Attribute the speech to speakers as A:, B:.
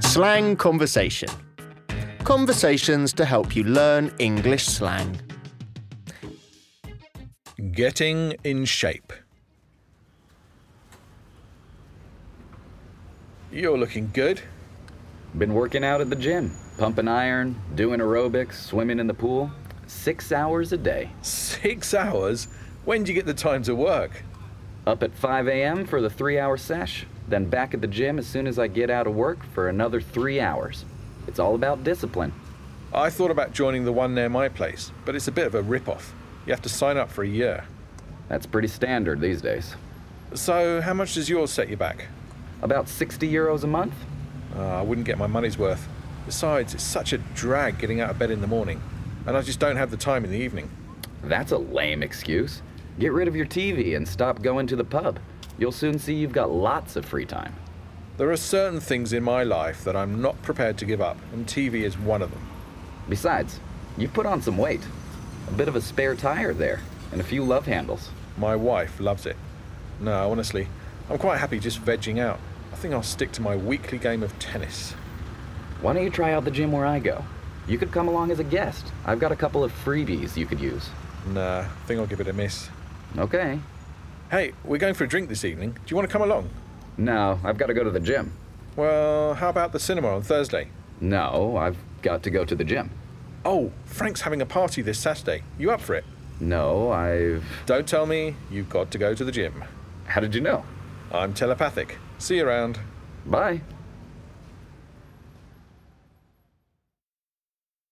A: Slang Conversation Conversations to help you learn English slang.
B: Getting in shape. You're looking good.
C: Been working out at the gym, pumping iron, doing aerobics, swimming in the pool. Six hours a day.
B: Six hours? When do you get the time to work?
C: Up at 5 a.m. for the three hour sesh, then back at the gym as soon as I get out of work for another three hours. It's all about discipline.
B: I thought about joining the one near my place, but it's a bit of a rip-off. You have to sign up for a year.
C: That's pretty standard these days.
B: So, how much does yours set you back?
C: About 60 euros a month?
B: Uh, I wouldn't get my money's worth. Besides, it's such a drag getting out of bed in the morning, and I just don't have the time in the evening.
C: That's a lame excuse. Get rid of your TV and stop going to the pub. You'll soon see you've got lots of free time.
B: There are certain things in my life that I'm not prepared to give up, and TV is one of them.
C: Besides, you've put on some weight. A bit of a spare tire there, and a few love handles.
B: My wife loves it. No, honestly, I'm quite happy just vegging out. I think I'll stick to my weekly game of tennis.
C: Why don't you try out the gym where I go? You could come along as a guest. I've got a couple of freebies you could use.
B: Nah, I think I'll give it a miss.
C: Okay.
B: Hey, we're going for a drink this evening. Do you want to come along?
C: No, I've got to go to the gym.
B: Well, how about the cinema on Thursday?
C: No, I've got to go to the gym.
B: Oh, Frank's having a party this Saturday. You up for it?
C: No, I've.
B: Don't tell me you've got to go to the gym.
C: How did you know?
B: I'm telepathic. See you around.
C: Bye.